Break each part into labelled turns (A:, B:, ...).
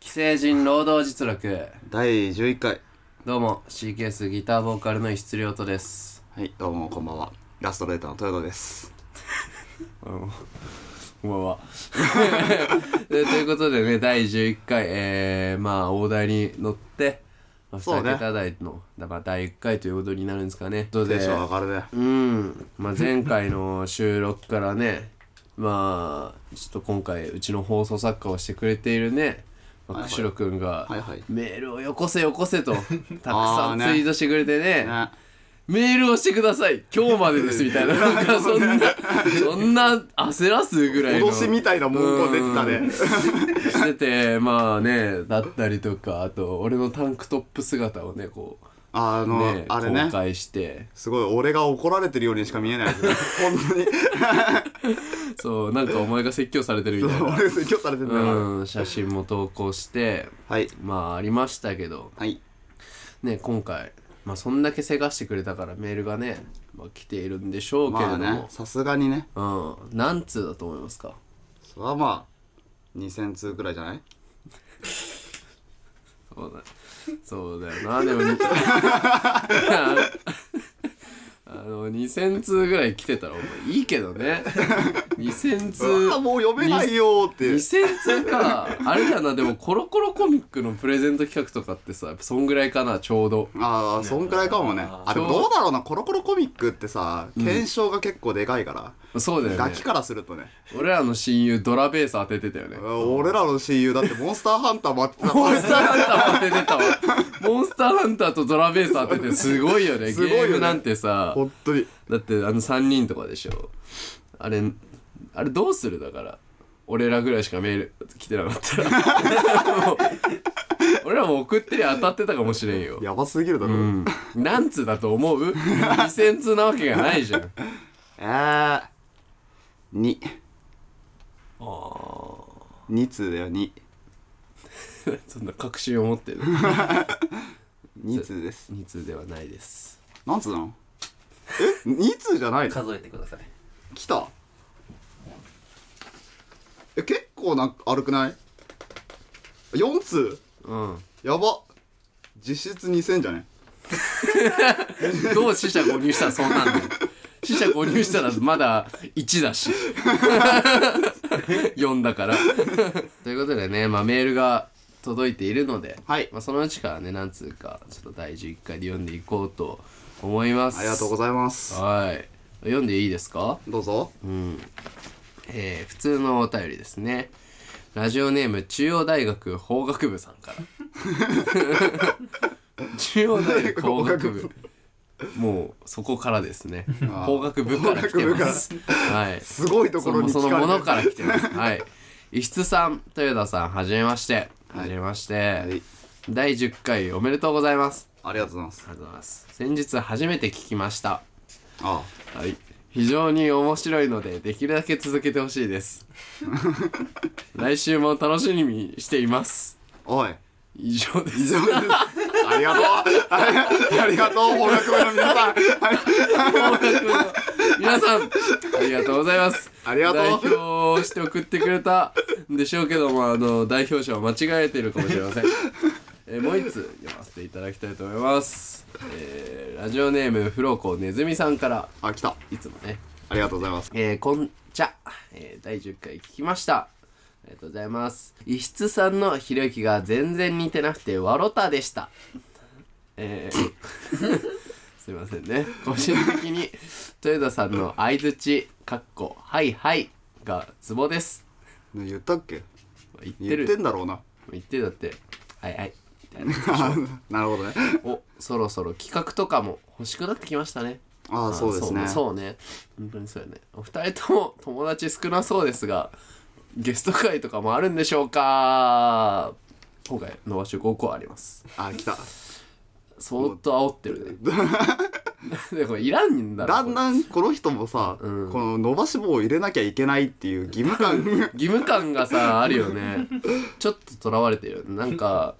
A: 成人労働実録
B: 第11回
A: どうも CKS ギターボーカルの質量とです
B: はいどうもこんばんはラストレーターの豊田です
A: こんばん はということでね第11回えー、まあ大台に乗って、まあ、
B: そうね
A: 2桁台の、だから第1回ということになるんですかねどう
B: テ
A: で
B: ンション上がるね
A: うん、まあ、前回の収録からねまあちょっと今回うちの放送作家をしてくれているね、ま
B: はい
A: あ、
B: はい
A: 釧路君が
B: はいはい
A: メールをよこせよこせとたく
B: あ
A: さ
B: ー
A: ん
B: ね
A: ツイートしてくれてね
B: ね
A: メールをしてください今日までですみたい ななんかそんなそんな焦らすぐらいの
B: 脅しみたいな文言出てたね
A: しててまあねだったりとかあと俺のタンクトップ姿をねこ
B: あ
A: う
B: の
A: ね
B: あれね
A: 公開して
B: すごい俺が怒られてるようにしか見えないですね 本当に
A: そうなんかお前が説教されてるみたいな
B: 俺説教されてんだから
A: うん、写真も投稿して
B: はい
A: まあありましたけど
B: はい
A: ね今回、まあ、そんだけせがしてくれたからメールがね、まあ、来ているんでしょうけれど
B: ま
A: も、
B: あねさすがにね
A: うん何通だと思いますか
B: それはまあ2000通くらいじゃない
A: そうだそうだよなでも あの2000通ぐらい来てたらお前いいけどね2000通
B: うわもう読めないよーって
A: 2000通かあれだなでもコロコロコミックのプレゼント企画とかってさやっぱそんぐらいかなちょうど
B: ああそんくらいかもねあでもどうだろうなコロコロコミックってさ検証が結構でかいから、
A: そうだよね
B: ガキからするとね
A: 俺らの親友ドラベース当ててたよね
B: 俺らの親友だってモンスターハンター待ってたか
A: モン
B: ら
A: スターハンター当ててたわモンスターハンターとドラベース当ててすごいよね
B: すごいよね
A: ゲームなんてさ
B: 本当に
A: だってあの3人とかでしょあれあれどうするだから俺らぐらいしかメール来てなかったら もう俺らも送ってりゃ当たってたかもしれんよ、
B: やばすぎるだろ、
A: うん、何通だと思う ?2000 通なわけがないじゃん
B: えー、2
A: あー
B: 2通だよ22
A: そんな確信を持ってる
B: 通です
A: 2通ではないです
B: 何通なのえ2通じゃないの
C: 数えてください
B: 来たえ結構なんか悪くない ?4 通
A: うん
B: やば実質2000じゃね
A: どう死者購入したらそうなんだよ死者購入したらまだ1だし 4だからということでね、まあ、メールが届いているので、
B: はい
A: まあ、そのうちからね何通かちょっと第11回で読んでいこうと思います
B: ありがとうご
A: ざい
B: ざいます
A: はい読んでいいですか
B: どうぞ
A: えー普通のお便りですねラジオネーム中央大学法学部さんから 中央大学法学部もうそこからですね
B: あー
A: 法学部から来てますはい
B: すごいとこ
A: そ
B: ろ
A: の
B: に
A: そ
B: 聞
A: の
B: か
A: も
B: れ
A: のから
B: て
A: 来てますはい石津さん豊田さんはじめまして
B: はい
A: はじめまして、
B: るはい
A: 第10回おめでとうございます
B: ありがとうございます
A: ありがとうございます先日初めて聞きました
B: あ
A: はい非常に面白いのでできるだけ続けてほしいです 来週も楽しみにしています
B: おい
A: 以上です
B: 以上です。ありがとう。 ありがとう、翻訳部の皆さん。
A: 皆さんありがとうございます
B: ありがとう
A: 代表をして送ってくれたんでしょうけどもあの代表者を間違えてるかもしれませんえーもう一つ読ませていただきたいと思います、えーラジオネームフロコネズミさんから
B: あ、来た。
A: いつもね
B: ありがとうございます。
A: えー、こんちゃ、えー第10回聞きましたありがとうございます石津さんのひろゆきが全然似てなくてわろたでしたえー すいませんね個人的に豊田さんの相づちかっこはいはいがツボです
B: ね言ったっけ
A: 言って
B: 言
A: る
B: ってんだろうな。
A: 言ってるだってはいはいみたいな
B: なるほどね。
A: おそろそろ企画とかも欲しくなってきましたね
B: ああ、そうです
A: そ
B: ね。
A: うそうね本当にそうやねお二人とも友達少なそうですがゲスト会とかもあるんでしょうか今回伸ばし5個あります
B: あ、来た。
A: 相当煽ってる ねでこれいらんだろ
B: だんだんこの人もさ、
A: うん
B: この伸ばし棒を入れなきゃいけないっていう義務感
A: 義務感がさあるよねちょっととらわれてるよねなんか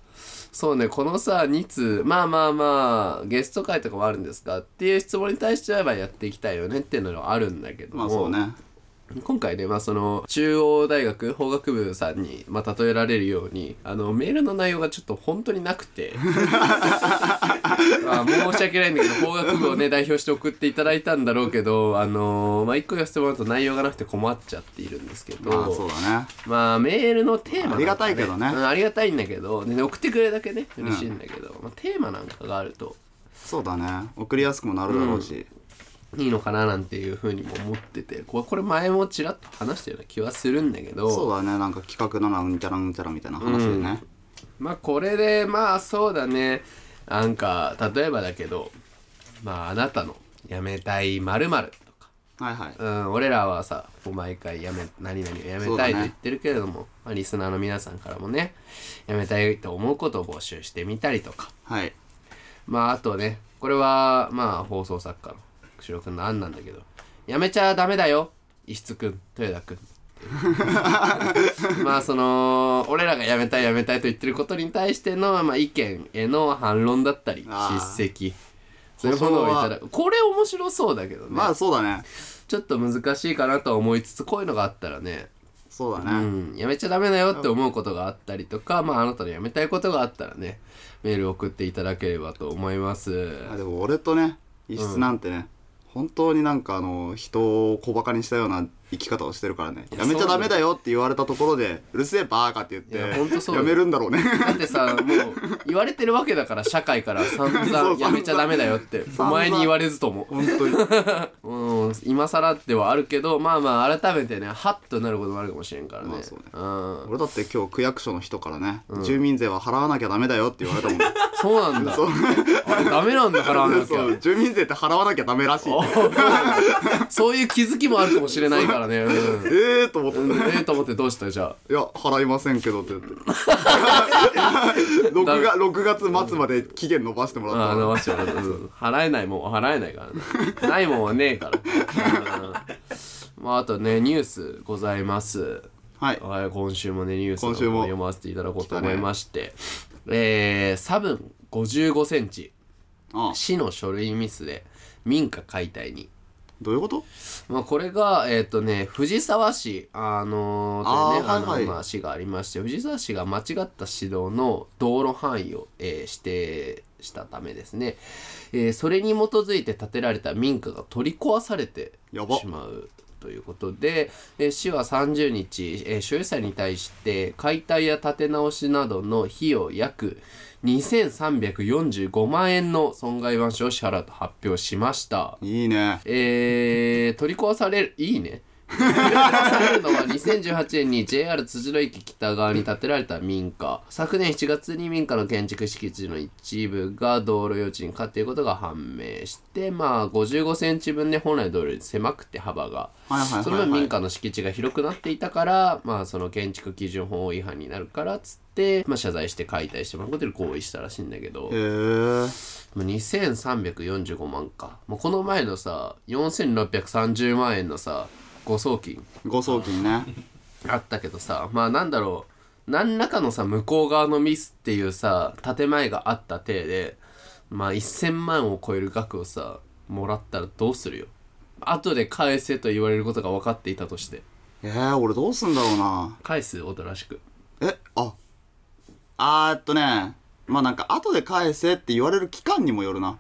A: そうねこのさ2通まあまあまあゲスト会とかもあるんですかっていう質問に対してはやっぱやっていきたいよねっていうのはあるんだけども
B: まあそうね
A: 今回ね、まあ、その中央大学法学部さんに、まあ、例えられるようにあのメールの内容がちょっと本当になく てまあ申し訳ないんだけど法学部をね代表して送っていただいたんだろうけどあのまあ一個言わせてもらうと内容がなくて困っちゃっているんですけど
B: まあそうだね
A: まあメールのテーマなんか、
B: ありがたいけどね
A: うんありがたいんだけどで送ってくれるだけね嬉しいんだけど、まあ、テーマなんかがあると
B: そうだね送りやすくもなるだろうし、
A: いいのかななんていうふうにも思っててこれこれ前もちらっと話したような気はするんだけど
B: そうだねなんか企画だなうんちゃらうんちゃらみたいな話でね、
A: まあこれでまあそうだねなんか例えばだけどまああなたの辞めたいまるとか、
B: はいはい
A: うん、俺らはさこう毎回やめ何々をやめたいと言ってるけれども、まあ、リスナーの皆さんからもねやめたいと思うことを募集してみたりとか
B: はい
A: まああとねこれはまあ放送作家の釧路くんの案なんだけどやめちゃダメだよ石津くん豊田くん まあその俺らがやめたいやめたいと言ってることに対しての、まあ、意見への反論だったり
B: あー
A: 叱責そういうものをいただくこれ面白そうだけどね、
B: まあそうだね
A: ちょっと難しいかなとは思いつつこういうのがあったらね
B: そうだ
A: う
B: ね、
A: ん、やめちゃダメだよって思うことがあったりとか、まあ、あなたのやめたいことがあったらね、メール送っていただければと思います。
B: あでも俺とね異質なんてね、本当になんかあの人を小バカにしたような生き方をしてるからね
A: いや
B: やめちゃダメだよって言われたところでうるせえバーカって言
A: い
B: っ
A: や
B: て
A: ほんとそう
B: やめるんだろう ね
A: だってさ、もう、言われてるわけだから、社会から散
B: そ
A: 々
B: う
A: やめちゃダメだよって、お
B: 々
A: 前に言われずとも。
B: 本当に
A: うん、今更ではあるけど、まあまあ、改めてね、ハッとなることもあるかもしれんからね。
B: まあそうね
A: うん。
B: 俺だって今日区役所の人からね、住民税は払わなきゃダメだよって言われ たもんね
A: そうなんだ。あれ、ダメなんだから、なきゃ
B: そ。う住民税って払わなきゃダメらしい
A: あ そういう気づきもあるかもしれないからね。うん。
B: ええー、と思って、
A: うん
B: い
A: ええと思ってどうしたじゃあ。
B: や払いませんけどって言って 6, が6月末まで期限延ばしてもらった
A: ああ
B: の
A: 伸ばしてもらったうん払えないもんは払えないからなないもんはねえからうんまああとねニュースございます
B: はい
A: はい今週もねニュースの
B: 今週も
A: 読ませていただこうと思いまして、えー、サブン55センチ
B: ああ
A: 市の書類ミスで民家解体に
B: どういうこと
A: まあ、これが、えっ、とね、藤沢市、あのーというね、
B: あ
A: あ
B: ーはいはい
A: の、まあ、市がありまして、藤沢市が間違った指導の道路範囲を、えー指定したためですね、えーそれに基づいて建てられた民家が取り壊されて
B: やば
A: しまうということで、えー市は30日、えー所有者に対して解体や建て直しなどの費用約2345万円の損害賠償を支払うと発表しました。
B: いいね
A: えー、取り壊されるいい ね取り壊されるのは2018年に JR 辻野駅北側に建てられた民家昨年7月に民家の建築敷地の一部が道路用地に買っていることが判明してまあ5 5センチ分ね本来の道路より狭くて幅が
B: はいはいはいはい
A: その分民家の敷地が広くなっていたからまあその建築基準法違反になるからっつって、まあ、謝罪して解体してもらうことに合意したらしいんだけど
B: へえ
A: まあ2345万か、まあ、この前のさ4630万円のさ誤送金
B: 誤送金ね
A: あったけどさまあなんだろう何らかのさ向こう側のミスっていうさ建前があった体でまあ1000万を超える額をさもらったらどうするよ後で返せと言われることが分かっていたとして
B: えー、俺どうすんだろうな
A: 返すおとなしく
B: えああーえっとねまあなんか後で返せって言われる期間にもよるな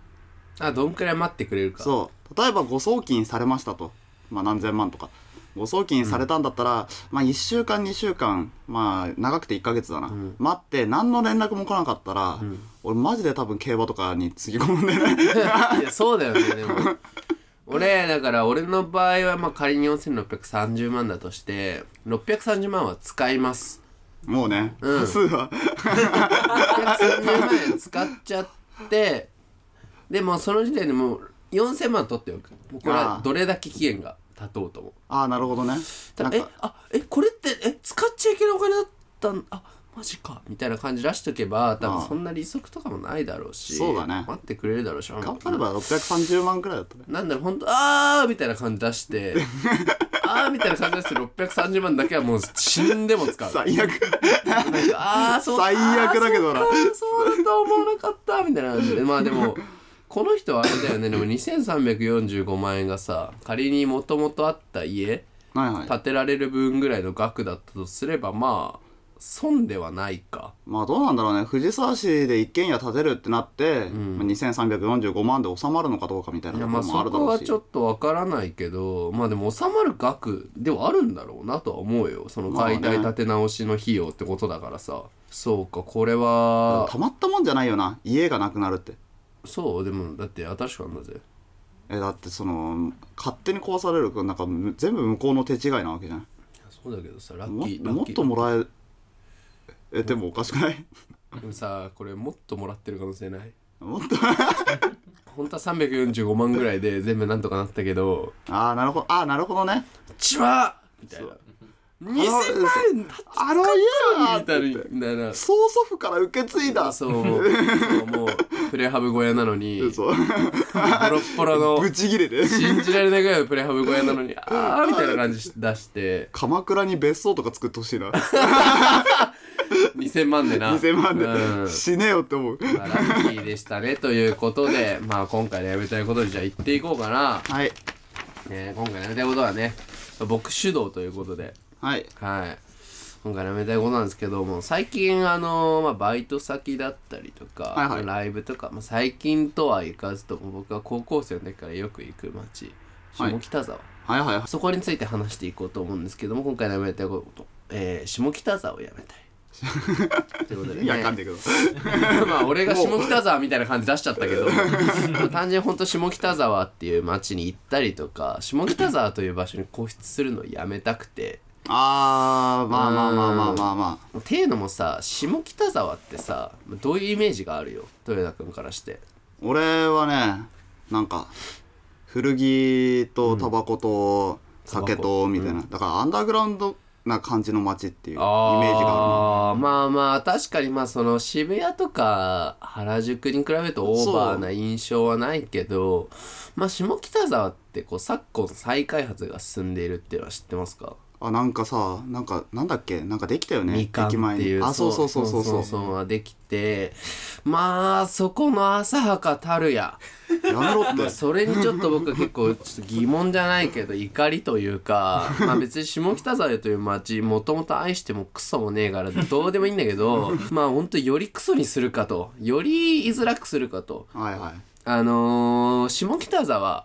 A: あどんくらい待ってくれるか
B: そう例えば誤送金されましたとまあ何千万とか誤送金されたんだったら、まあ1週間2週間まあ長くて1ヶ月だな、待って何の連絡も来なかったら、俺マジで多分競馬とかにつぎ込んで ね
A: いやそうだよねでも俺だから俺の場合はまあ仮に4630万だとして630万は使います
B: もうね、数は
A: 630万円使っちゃってでもうその時点でもう4000万取っておくもうこれ
B: あ
A: は
B: あ
A: どれだけ期限が経とうとも
B: ああなるほどね
A: た
B: な
A: だ
B: ん
A: え
B: か
A: あえこれってえ使っちゃいけないお金だったんあマジかみたいな感じ出しとけば多
B: あ
A: 分
B: あ
A: そんな利息とかもないだろうし
B: そうだね
A: 待ってくれるだろうし
B: 頑張れば630万くらいだったね
A: なんだろう、ほんと、あーみたいな感じ出 して、あーみたいな感じ出して、630万だけはもう死んでも使う。
B: 最悪
A: なんかあーそう
B: 最悪だけどな
A: あーそうかそうだとは思わなかった、みたいな感じで。まあでも、この人はあれだよね、でも2345万円がさ、仮にもともとあった家
B: はいはい
A: 建てられる分ぐらいの額だったとすればまあ損ではないか
B: まあどうなんだろうね藤沢市で一軒家建てるってなって、まあ、2345万で収まるのかどうかみたいない
A: や
B: とこ
A: まあそ
B: ろもあるだ
A: こ
B: ろう
A: は
B: し
A: ちょっとわからないけどまあでも収まる額ではあるんだろうなとは思うよその解
B: まあ
A: 体
B: ね
A: 建て直しの費用ってことだからさ、そうかこれは
B: たまったもんじゃないよな家がなくなるって
A: そうでもだって新しくあんだぜ
B: えだってその勝手に壊されるなんかむ全部向こうの手違いなわけじゃん
A: そうだけどさラッ
B: も
A: キーラ
B: も
A: ッ
B: っ
A: キー
B: ともらええでもおかしくない
A: でもさこれもっともらってる可能性ない
B: もっと
A: 本当は345万ぐらいで全部なんとかなったけど
B: ああなるほどああなるほどね
A: ちわみたいな2000万円だっ
B: あの家は
A: みたいなみたいな
B: 曽祖父から受け継いだ
A: そうもうそうもうプレハブ小屋なのにボ
B: 嘘
A: ロッボロの
B: ぶち切れて
A: 信じられないぐらいのプレハブ小屋なのにああみたいな感じ出して
B: 鎌倉に別荘とか作ってほしいな
A: 2000万でな
B: 2000万で、
A: うん
B: 死ねよって思う
A: まあラッキーでしたねということでまあ今回のやめたいことでじゃあ言っていこうかな
B: はい
A: ね、今回のやりたいことはね僕主導ということで
B: はい
A: はい今回のやりたいことなんですけども最近あのまあ、バイト先だったりとか、
B: はいはい
A: まあライブとか、まあ、最近とは行かずとも僕は高校生の時からよく行く街
B: はい
A: 下北沢、
B: はいはいはい
A: そこについて話していこうと思うんですけども今回のやめたいこと、えー下北沢をやめた いということで、
B: いやわかん
A: ね、
B: ないけ ど
A: まあ俺が下北沢みたいな感じ出しちゃったけど まあ単純にほんと下北沢っていう街に行ったりとか下北沢という場所に固執するのをやめたくて
B: あーまあまあまあまあまあま
A: っていうのもさ下北沢ってさどういうイメージがあるよ豊田君からして
B: あ俺はねなんか古着とタバコと酒とみたいな、だからアンダーグラウンドな感じの街っていうイメージがあ
A: あーまあまあ確かにまあその渋谷とか原宿に比べるとオーバーな印象はないけどまあ下北沢ってこう昨今再開発が進んでいるっていうのは知ってますか
B: るなあなんかさなんかなんだっけなんかできたよね
A: みかんって
B: 駅前に
A: いう
B: あそうそうそうそうそう
A: そうができてまあそこの浅はかたるや
B: やめろって
A: まあそれにちょっと僕は結構ちょっと疑問じゃないけど怒りという か、まあ、別に下北沢という街もともと愛してもクソもねえからどうでもいいんだけどまあほんとよりクソにするかとより居づらくするかと
B: はいはい
A: あのー下北沢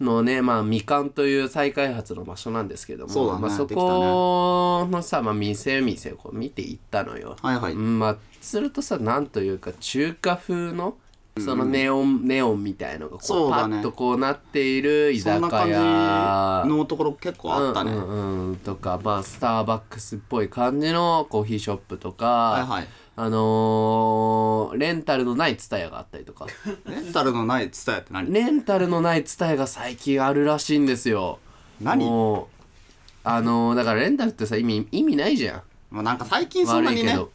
A: のね、まあ、みかんという再開発の場所なんですけども
B: そうだね
A: まあ、そこのさ、まあ、店店をこう見ていったのよ。
B: はいはい、
A: まあするとさなんというか中華風のそのネオン、ネオンみたいのがこ
B: そうう
A: パ
B: だね
A: ッとこうなっている居
B: そん
A: 酒
B: な感じ
A: 屋
B: のところ結構あったね、
A: うんうんうんとかまあスターバックスっぽい感じのコーヒーショップとか、
B: はいはい
A: あのーレンタルのないツタヤがあったりと か
B: レンタルのないツタヤって何
A: レンタルのないツタヤが最近あるらしいんですよ
B: 何
A: もうあのーだからレンタルってさ意味意味ないじゃん
B: まあ、なんか最近そんなに
A: 悪い
B: ね
A: け
B: うん
A: ど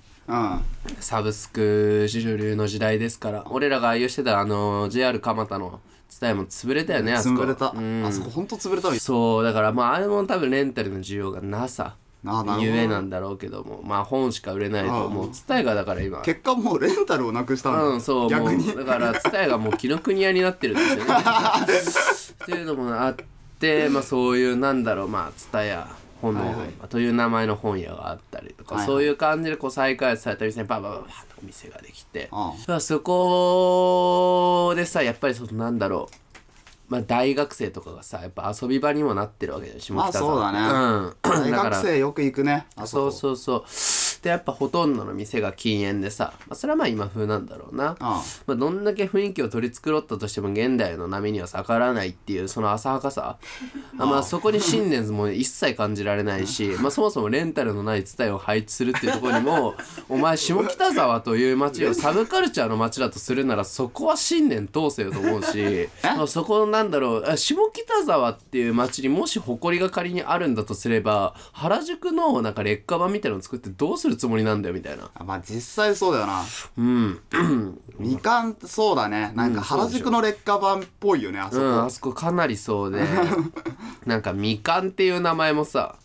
A: サブスク主流の時代ですから俺らが愛用してたあの JR 蒲田の伝えも潰れたよねあそこ
B: 潰れた
A: うん
B: あそこほんと潰れた
A: そうだからまああれも多分レンタルの需要がなさ
B: ああなるほど
A: ゆえなんだろうけどもまあ本しか売れないと思う伝えがだから今
B: 結果もうレンタルをなくしたんだ、
A: うん、そう、も
B: 逆に
A: う、だから、伝えがもう紀ノ国屋になってるんですよね。っていうのもあって、まあ、そういう、なんだろう、まあ、伝えや。本の、
B: はいはい
A: という名前の本屋があったりとか、
B: はいはい
A: そういう感じでこう再開発された店にバババババッとお店ができて、
B: あ
A: まあそこでさやっぱりそのなんだろう、まあ、大学生とかがさやっぱ遊び場にもなってるわけじゃん下北沢
B: まあ
A: そうだ
B: 大
A: だか
B: 学
A: ら
B: 生よく行くねあ
A: そう
B: う
A: そうそうでやっぱほとんどの店が禁煙でさ、まあ、それはまあ今風なんだろうな
B: あ
A: まあ、どんだけ雰囲気を取り繕ったとしても現代の波には逆らわないっていうその浅はかさ あまあそこに信念も一切感じられないし、まあ、そもそもレンタルのない伝えを配置するっていうところに もお前下北沢という街をサブカルチャーの街だとするならそこは信念通せよと思う しまあそこなんだろうあ下北沢っていう街にもし誇りが仮にあるんだとすれば原宿のなんか劣化版みたいなの作ってどうするつもりなんだよみたいな。
B: あまあ実際そうだよな
A: うん
B: みかんそうだねなんか原宿の劣化版っぽいよねあそこ、
A: うん、あそこかなりそう でなんかみかんっていう名前もさ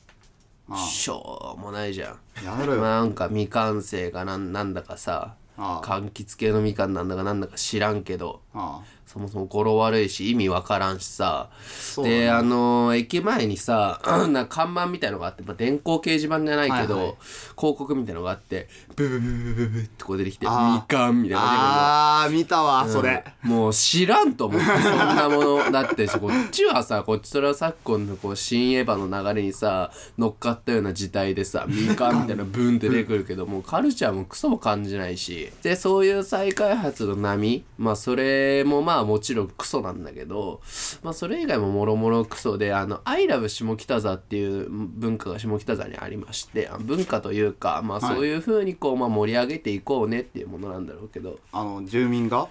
B: あ
A: しょうもないじゃん
B: やめろよ、
A: なんか未完成がなんなんだかさ
B: ああ
A: 柑橘系のみかんなんだかなんだか知らんけど
B: あ
A: そもそも語呂悪いし意味わからんしさ、
B: そうだね
A: であのー駅前にさ なんか看板みたいのがあって、まあ、電光掲示板じゃないけど、
B: はいはい
A: 広告みたいのがあってブブブブブブってこう出てきて「み
B: あー
A: かん」みたいなのが出てくるの
B: あー見たわ、それ
A: もう知らんと思ってそんなものだってこっちはさこっちそれは昨今のこう新エヴァの流れにさ乗っかったような事態でさみかんみたいなブンって出てくるけどもうカルチャーもクソも感じないしでそういう再開発の波まあそれもまあもちろんクソなんだけどまあそれ以外ももろもろクソであの「アイラブ下北沢」っていう文化が下北沢にありましてあ文化というかまあ
B: はい
A: そういうふうにこうまあ盛り上げていこうねっていうものなんだろうけど。
B: あの住民が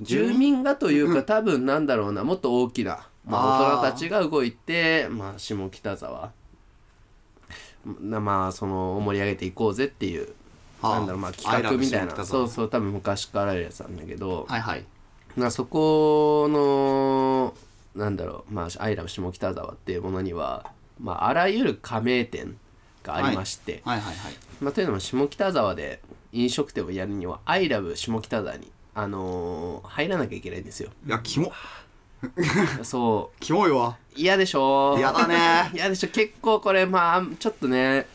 A: 住民がというか多分なんだろうなもっと大きな、まあ、
B: あー
A: 大人たちが動いてまあ、下北沢なまあその盛り上げていこうぜっていう
B: あー
A: なんだろうまあ企画みたい
B: I love 下北
A: な
B: 沢
A: そうそう多分昔からあるやつなんだけど、
B: はいはい
A: まあそこのなんだろうまあ「アイラブ下北沢」っていうものには、まあ、あらゆる加盟店がありまして、
B: はいはいはい
A: まあ、というのも下北沢で飲食店をやるには「アイラブ下北沢に」あのー入らなきゃいけないんですよ。
B: いやキモ
A: そ
B: キモいわ
A: う嫌でしょ
B: 嫌だね
A: 嫌でしょ結構これまあちょっとね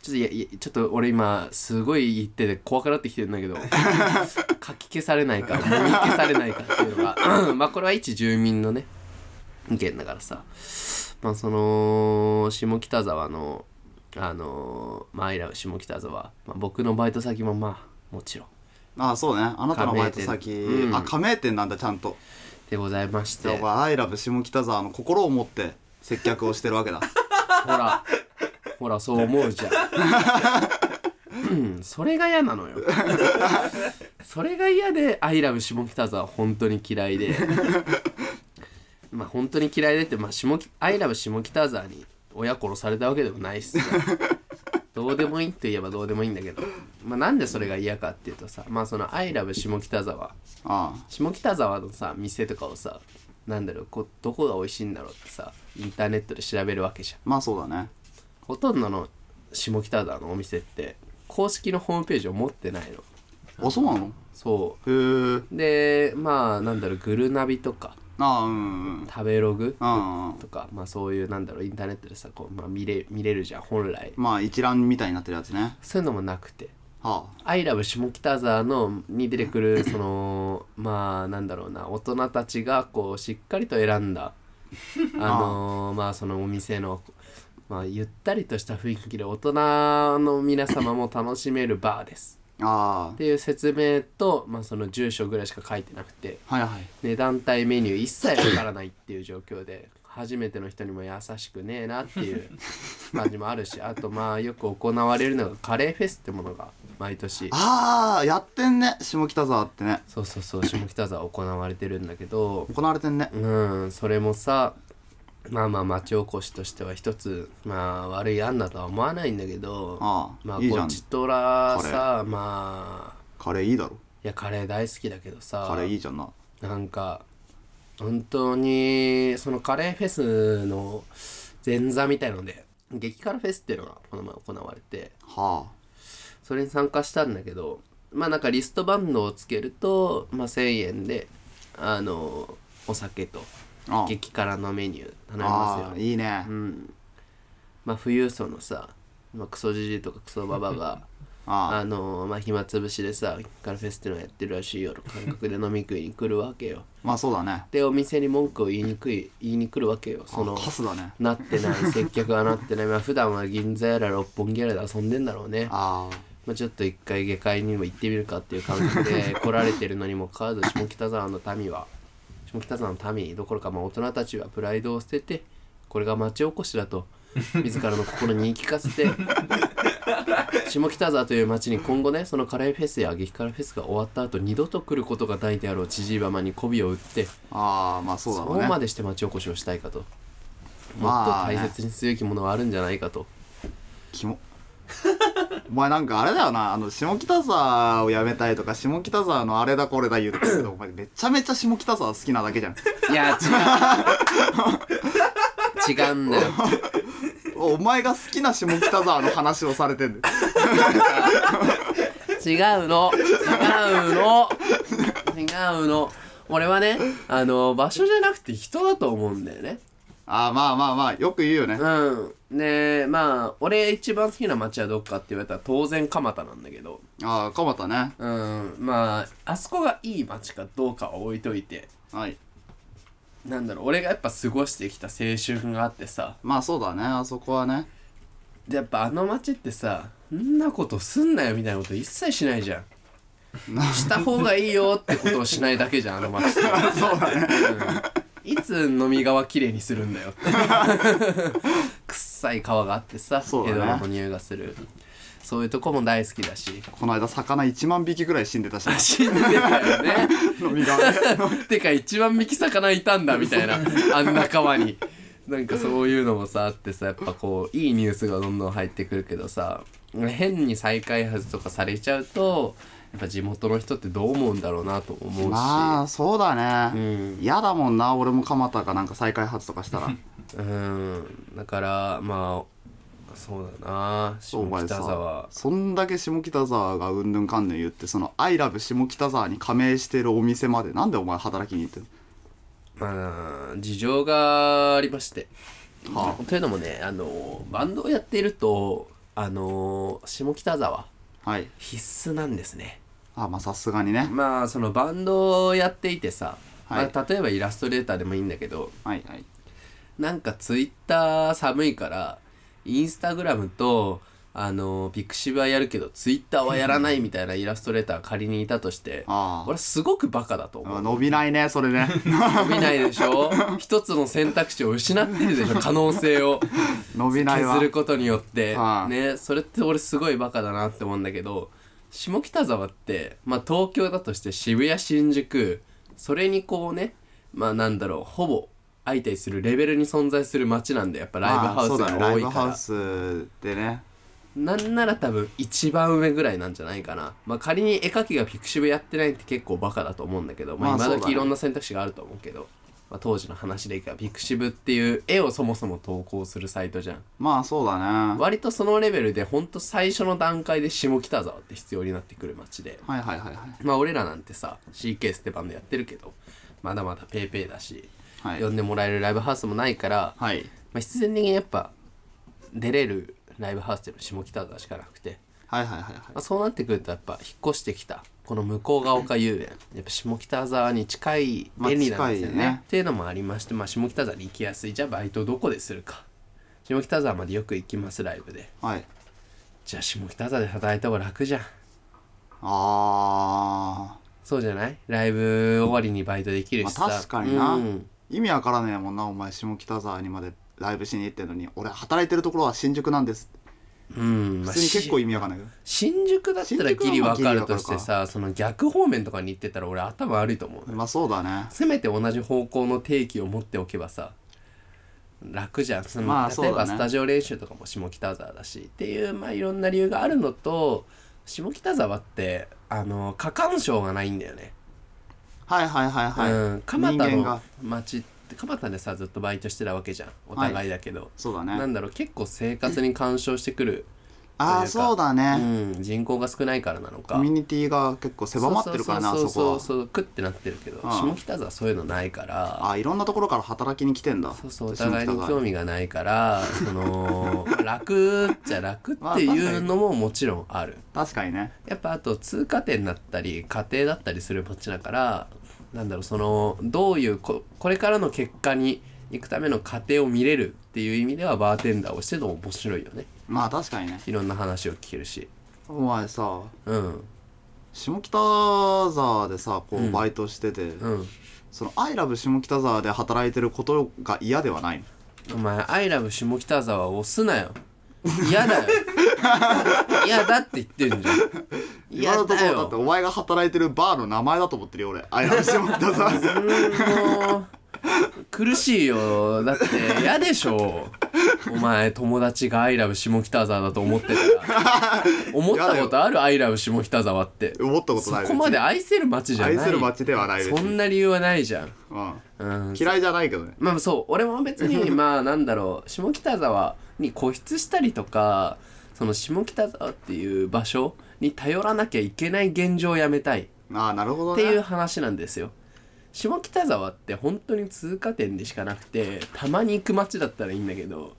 A: ちょっといやいやちょっと俺今すごい言ってて怖くなってきてるんだけど書き消されないかもみ消されないかっていうのが まあこれは一住民のね意見だからさまあその下北沢のあのー、まあアイラブ下北沢、まあ、僕のバイト先もまあもちろん
B: ああそうねあなたのバイト先、
A: 加盟店うん
B: あ加盟店なんだちゃんと
A: でございまして
B: じゃあお前アイラブ下北沢の心を持って接客をしてる わけだ
A: ほら、ほら、そう思うじゃん。うんそれが嫌なのよ。それが嫌で、アイラブ下北沢、本当に嫌いで。まあ、本当に嫌いでって、まあ、下北、アイラブ下北沢に親殺されたわけでもないっすよ。どうでもいいと言えばどうでもいいんだけど、まあ、なんでそれが嫌かっていうとさ、まあ、その、アイラブ下北沢、
B: ああ
A: 下北沢のさ、店とかをさ、なんだろうこうどこが美味しいんだろうってさインターネットで調べるわけじゃん
B: まあそうだね
A: ほとんどの下北沢のお店って公式のホームページを持ってないの
B: あそうなの
A: そ
B: へえ
A: うでまあなんだろうグルナビとか
B: ああうんうん
A: 食べログ
B: ああ
A: とかまあそういうなんだろうインターネットでさこう、まあ、見れ見れるじゃん本来
B: まあ一覧みたいになってるやつね
A: そういうのもなくて
B: は
A: 「アイラブ下北沢の」に出てく るそのまあなんだろうな大人たちがこうしっかりと選ん だあのーまあそのお店の、まあ、ゆったりとした雰囲気で大人の皆様も楽しめるバーです
B: ああ
A: っていう説明と、まあ、その住所ぐらいしか書いてなくて
B: あはいはい
A: 値段帯メニュー一切わからないっていう状況で初めての人にも優しくねえなって いう感じもあるしあとまあよく行われるのがカレーフェスってものが毎年
B: ああやってんね下北沢ってね
A: そうそうそう下北沢行われてるんだけど
B: 行われてんね
A: うんそれもさまあまあ町おこしとしては一つまあ悪い案だとは思わないんだけど
B: ああ
A: まあ
B: いいじ
A: こ
B: ゃ
A: っ
B: ん
A: ちとら
B: カレ
A: さまあ
B: カレーいいだろ
A: いやカレー大好きだけどさ
B: カレーいいじゃんな
A: なんか本当にそのカレーフェスの前座みたいので激辛フェスっていうのがこの前行われて
B: は
A: それに参加したんだけどまあなんかリストバンドをつけると、まあ、1,000円であのお酒と
B: あああ
A: 激辛のメニュー頼みますよ
B: ああいいね
A: うんまあ富裕層のさ、まあ、クソじじいとかクソババアが
B: あ
A: あのまあ暇つぶしでさ激辛フェスっていうのやってるらしいよの感覚で飲み食いに来るわけよ
B: まあそうだね
A: でお店に文句を言いにくい言いに来るわけよその
B: カスだね
A: なってない接客はな ってないまあ普段は銀座やら六本木やらで遊んでんだろうね
B: ああ
A: まあ、ちょっと一回下界にも行ってみるかっていう感覚で 来られてるのにもかかわらず下北沢の民は下北沢の民どころかまあ大人たちはプライドを捨ててこれが町おこしだと自らの心に言い聞かせて下北沢という町に今後ねそのカレーフェスや激辛フェスが終わった後二度と来ることがないであろう知事ばまに媚びを打って
B: ああまあそうだ
A: そ
B: ろう
A: こ
B: ね
A: までして町おこしをしたいかともっと
B: まあね
A: 大切にすべきものはあるんじゃないかと
B: キモお前なんかあれだよなあの下北沢をやめたいとか下北沢のあれだこれだ言ってるけ どお前めちゃめちゃ下北沢好きなだけじゃん
A: いや違う違うんだよ
B: お前が好きな下北沢の話をされてんだよ
A: 違うの違うの違うの俺はねあの場所じゃなくて人だと思うんだよね
B: ああまあまあまあよく言うよね
A: うんでまあ俺一番好きな街はどっかって言われたら当然蒲田なんだけど
B: ああ蒲田ね
A: うんまああそこがいい街かどうかは置いといて
B: はい
A: なんだろう俺がやっぱ過ごしてきた青春があってさ
B: まあそうだねあそこはね
A: でやっぱあの街ってさそんなことすんなよみたいなこと一切しないじゃんした方がいいよってことをしないだけじゃんあの街ってそうだね、うん、いつ飲み側きれいにするんだよって 臭い川があってさ、
B: そうだ
A: ヘ
B: ね
A: ドロの匂いがするそういうとこも大好きだし
B: この間魚1万匹ぐらい死んでた しな
A: 死んでたよね
B: 飲み側で
A: てか一番幹魚いたんだみたいなあんな川になんかそういうのもさあってさやっぱこういいニュースがどんどん入ってくるけどさ変に再開発とかされちゃうとやっぱ地元の人ってどう思うんだろうなと思うし、
B: まあそうだ
A: う
B: ね
A: ん
B: 嫌、だもんな俺も蒲田がなんか再開発とかしたら
A: うんだからまあそうだな
B: お
A: 下
B: 前
A: 北
B: さ
A: 沢
B: そんだけ下北沢がうんぬんかんぬん言ってその「アイラブ下北沢」に加盟してるお店までなんでお前働きに行ってんの
A: まあ事情がありまして、
B: は
A: というのもねあのバンドをやっているとあの下北沢
B: はい
A: 必須なんですね
B: あまあさすがにね
A: まあそのバンドをやっていてさ、
B: はい
A: まあ、例えばイラストレーターでもいいんだけど
B: はいはい
A: なんかツイッター寒いからインスタグラムとあのピクシブはやるけどツイッターはやらないみたいなイラストレーターが仮にいたとして
B: あー
A: 俺すごくバカだと思
B: あ
A: う
B: 伸びないねそれね
A: 伸びないでしょ一つの選択肢を失ってるでしょ可能性を
B: 伸びないわ
A: 削ることによって
B: ああ
A: ねそれって俺すごいバカだなって思うんだけど下北沢って、まあ、東京だとして渋谷新宿それにこうねまあなんだろうほぼ相対するレベルに存在する街なんでやっぱライブハウス
B: まあそうだね
A: が
B: ラ
A: 多
B: イ
A: い
B: ブ
A: か
B: ハ
A: ら
B: ウスでね
A: なんなら多分一番上ぐらいなんじゃないかな、まあ、仮に絵描きがピクシブやってないって結構バカだと思うんだけど、まあ、
B: ま
A: 今
B: あそうだ
A: 時
B: ね
A: いろんな選択肢があると思うけど、まあ、当時の話でいいからピクシブっていう絵をそもそも投稿するサイトじゃん
B: まあそうだね
A: 割とそのレベルでほんと最初の段階で下北沢って必要になってくる街で
B: はいはいはい
A: まあ俺らなんてさ CK ステバンドやってるけどまだまだペーペーだし、
B: はい
A: 呼んでもらえるライブハウスもないから、ま
B: はいはい
A: あ、必然的にやっぱ出れるライブハウスっていうのは下北沢しかなくて、
B: はいはいはいはい
A: まあ、そうなってくるとやっぱ引っ越してきたこの向こうが丘遊園やっぱ下北沢に近い便利なんですよね,、
B: まあ近いね
A: っていうのもありまして、まあ、下北沢に行きやすいじゃあバイトどこでするか下北沢までよく行きますライブで
B: はい
A: じゃあ下北沢で働いた方が楽じゃん
B: あ
A: そうじゃないライブ終わりにバイトできるしさ、
B: まあ確かにな
A: うん
B: ー意味わからねえもんなお前下北沢にまでライブしに行ってんのに俺働いてるところは新宿なんです
A: うんま
B: 普
A: あ
B: 通に
A: し
B: 結構意味わかんないけど
A: 新宿だったらギリわかるとし
B: 新宿はまあギリわか
A: て
B: る
A: さその逆方面とかに行ってたら俺頭悪いと思う
B: まあそうだね
A: せめて同じ方向の定期を持っておけばさ楽じゃんその、
B: まあそう
A: 例え
B: だ
A: ば
B: ね
A: スタジオ練習とかも下北沢だしっていうまあいろんな理由があるのと下北沢ってあの過干渉がないんだよね
B: はいはいはいはい、
A: うん、蒲田
B: 人間が
A: の町って蒲田でさずっとバイトしてたわけじゃんお互いだけど、
B: そうだ
A: な
B: ね
A: んだろう結構生活に干渉してくる、
B: あ
A: という
B: あ
A: か
B: そうだ
A: う
B: ね、
A: ん、人口が少ないからなの
B: コ
A: か
B: ミュニティが結構狭まってるからな
A: そ
B: あ
A: う
B: そこ
A: そうそう
B: は
A: そうそうクッてなってるけど、
B: ん
A: 下北沢そういうのないから
B: ああいろんなところから働きに来てんだ
A: そうそうお
B: 下北
A: 互いに
B: 沢
A: 興味がないからその楽っちゃ楽っていうのももちろんある
B: 確かにね
A: やっぱあと通過点だったり家庭だったりするこっちだからなんだろうそのどういうここれからの結果に行くための過程を見れるっていう意味ではバーテンダーをしてても面白いよね
B: まあ確かにね
A: いろんな話を聞けるし
B: お前さ
A: うん
B: 下北沢でさこうバイトしてて、
A: うん
B: その「アイラブ下北沢」で働いてることが嫌ではないの
A: お前「アイラブ下北沢」を押すなよ嫌 だよ嫌だって言ってるんじゃん
B: 今のところだってお前が働いてるバーの名前だと思ってるよ俺「アイラブ下北沢」
A: もう苦しいよだって嫌でしょお前友達が「アイラブ下北沢」だと思ってたら思ったことある「アイラブ下北沢」って
B: 思ったこと
A: そ
B: ない
A: こまで愛せる街じゃない
B: 愛する街ではないです
A: そんな理由はないじゃん
B: うん、
A: うん
B: 嫌いじゃないけどね
A: まあそう俺も別 にまあなんだろう下北沢に固執したりとかその下北沢っていう場所に頼らなきゃいけない現状をやめたい
B: ああなるほど
A: っ
B: ね
A: ていう話なんですよ。下北沢って本当に通過点でしかなくてたまに行く街だったらいいんだけど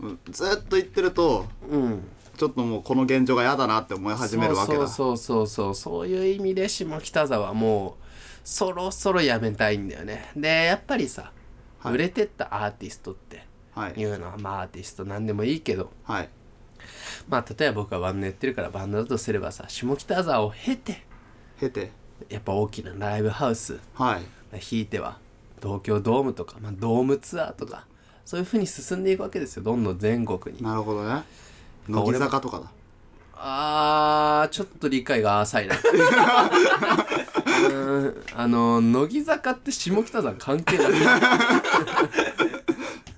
B: うんずっと言ってると
A: うん
B: ちょっともうこの現状が嫌だなって思い始めるわけだ
A: そうそうそうそうそういう意味で下北沢もうそろそろやめたいんだよねでやっぱりさ、
B: はい
A: 売れてったアーティストって
B: はい
A: いうのはまあアーティスト何でもいいけど
B: はい
A: まあ例えば僕はバンドやってるからバンドだとすればさ下北沢を経て
B: 経て
A: やっぱ大きなライブハウス
B: はい
A: ひいては東京ドームとか、まあ、ドームツアーとかそういうふうに進んでいくわけですよどんどん全国に
B: なるほどね乃木坂とかだ
A: あーちょっと理解が浅いなうーんあの乃木坂って下北沢関係ない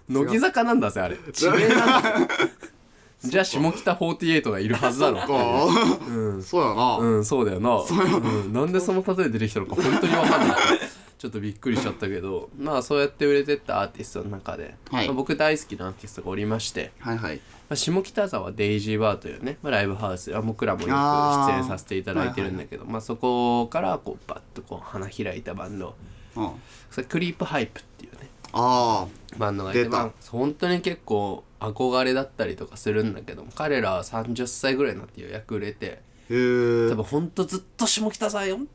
A: 乃木坂なんだぜあれ地名なんだぜじゃあ下北48がいるはずだろ
B: こう、 そうやな、
A: うん、そうだよな。うん、なんでその例え出てきたのか本当に分かんない。ちょっとびっくりしちゃったけど、まあそうやって売れてったアーティストの中で、
B: はい
A: まあ僕大好きなアーティストがおりまして、
B: はいはい
A: まあ、下北沢デイジーバーというね、まあ、ライブハウスは僕らもよく
B: あー
A: 出演させていただいてるんだけど、まあそこからこうバッとこう花開いたバンド、
B: うん
A: それクリープハイプっていうね、
B: あ
A: バンドがいて、
B: 出た
A: まあ、本当に結構憧れだったりとかするんだけど彼らは30歳ぐらいになってようやく売れて、
B: ーへ
A: 多
B: え
A: 分ほんとずっと下北沢よ本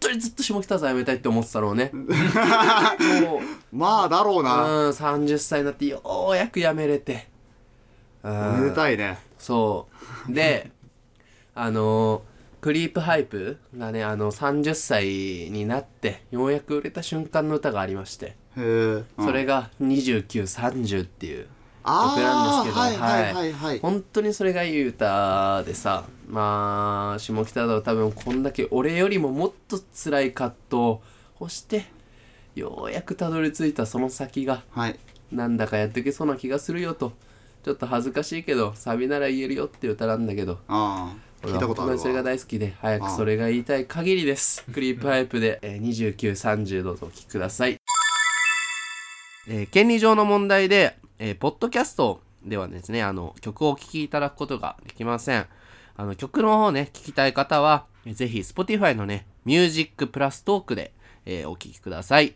A: 当にずっと下北沢やめたいって思ってたろうねもう
B: まあだろう
A: うん
B: な、
A: 30歳になってようやくやめれてう
B: めで
A: ん
B: たいね
A: そうであのクリープハイプがねあの30歳になってようやく売れた瞬間の歌がありまして、
B: へえ、うん
A: それが2930っていう曲なん
B: あ
A: で
B: ー
A: すけど
B: はいはいはいはい、
A: 本当にそれがいい歌でさまあ下北沢多分こんだけ俺よりももっと辛い葛藤をしてようやくたどり着いたその先が
B: はい
A: なんだかやっていけそうな気がするよとちょっと恥ずかしいけどサビなら言えるよっていう歌なんだけど
B: ああ聞いたこと
A: 俺は本
B: あ
A: 当
B: る
A: にそれが
B: わ
A: 大好きで早くそれが言いたい限りですクリープハイプで、えー、2930どうぞお聞きください、えー権利上の問題で、えーポッドキャストではですねあの曲をお聴きいただくことができませんあの曲の方ね聞きたい方はえーぜひ Spotify のね「ミュージックプラストークで、えーお聴きください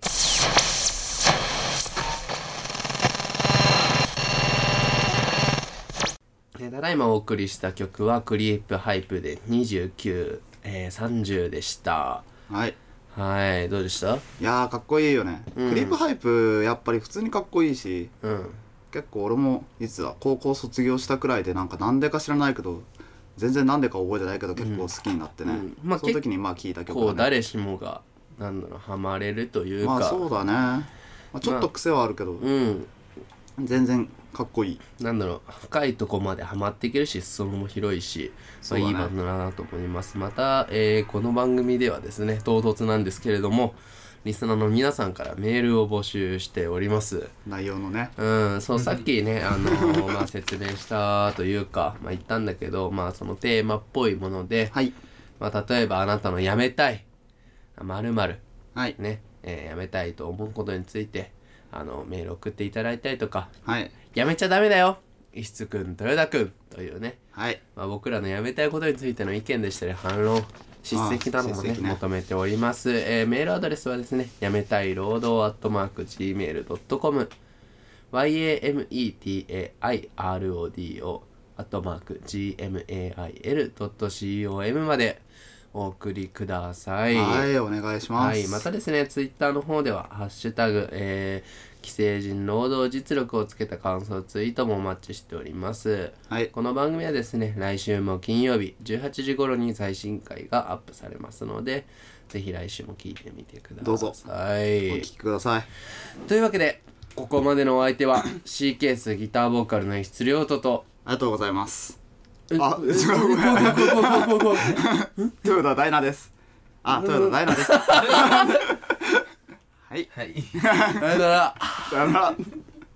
A: えーただいまお送りした曲はクリープハイプで29、えー30でした
B: はい
A: はいどうでした
B: いやーかっこいいよね、クリープハイプやっぱり普通にかっこいいし
A: うん
B: 結構俺もいつだ高校卒業したくらいでなんかなんでか知らないけど全然なんでか覚えてないけど結構好きになってね、
A: うんまあ
B: その時にまあ聞いた曲
A: こ
B: だ
A: う
B: ね
A: 誰しもがなんだろうハマれるというか、
B: まあそうだね、まあ、ちょっと癖はあるけど、
A: うん
B: 全然かっこいい
A: なんだろう深いとこまでハマっていけるし裾野も広いし、
B: そ
A: まあ、
B: う
A: い
B: だね
A: いバンドだなと思いますまた、えーこの番組ではですね唐突なんですけれどもリスナーの皆さんからメールを募集しております
B: 内容のね
A: うん、そうさっきね、あの ーまあ、説明したというか、まあ、言ったんだけど、まあ、そのテーマっぽいもので、
B: はい
A: まあ、例えばあなたの辞めたいまるまる
B: はい
A: ね、えー辞めたいと思うことについてあのメール送っていただいたりとか
B: はい
A: 辞めちゃダメだよ石津くん豊田くんというね、
B: はい
A: まあ、僕らの辞めたいことについての意見でしたり反論叱責なども
B: 叱
A: ね
B: 責ね
A: 求めております、えーメールアドレスはですねやめたい労働アットマーク Gmail.com yametairodo アットマーク gmail.com までお送りください
B: はいお願いします、
A: はい、またですね、ツイッターの方では、ハッシュタグ、えー、既成人労働実力をつけた感想ツイートもお待ちしております。
B: はい
A: この番組はですね、来週も金曜日18時頃に最新回がアップされますので、ぜひ来週も聞いてみてください。
B: どうぞお聞きください
A: というわけで、ここまでのお相手は C ケースギターボーカルの質量とと、
B: ありがとうございます
A: うん
B: あ違うごめん豊田ダイナですあ豊田ダイナですはい
C: はい。
A: さよなら。
B: さよなら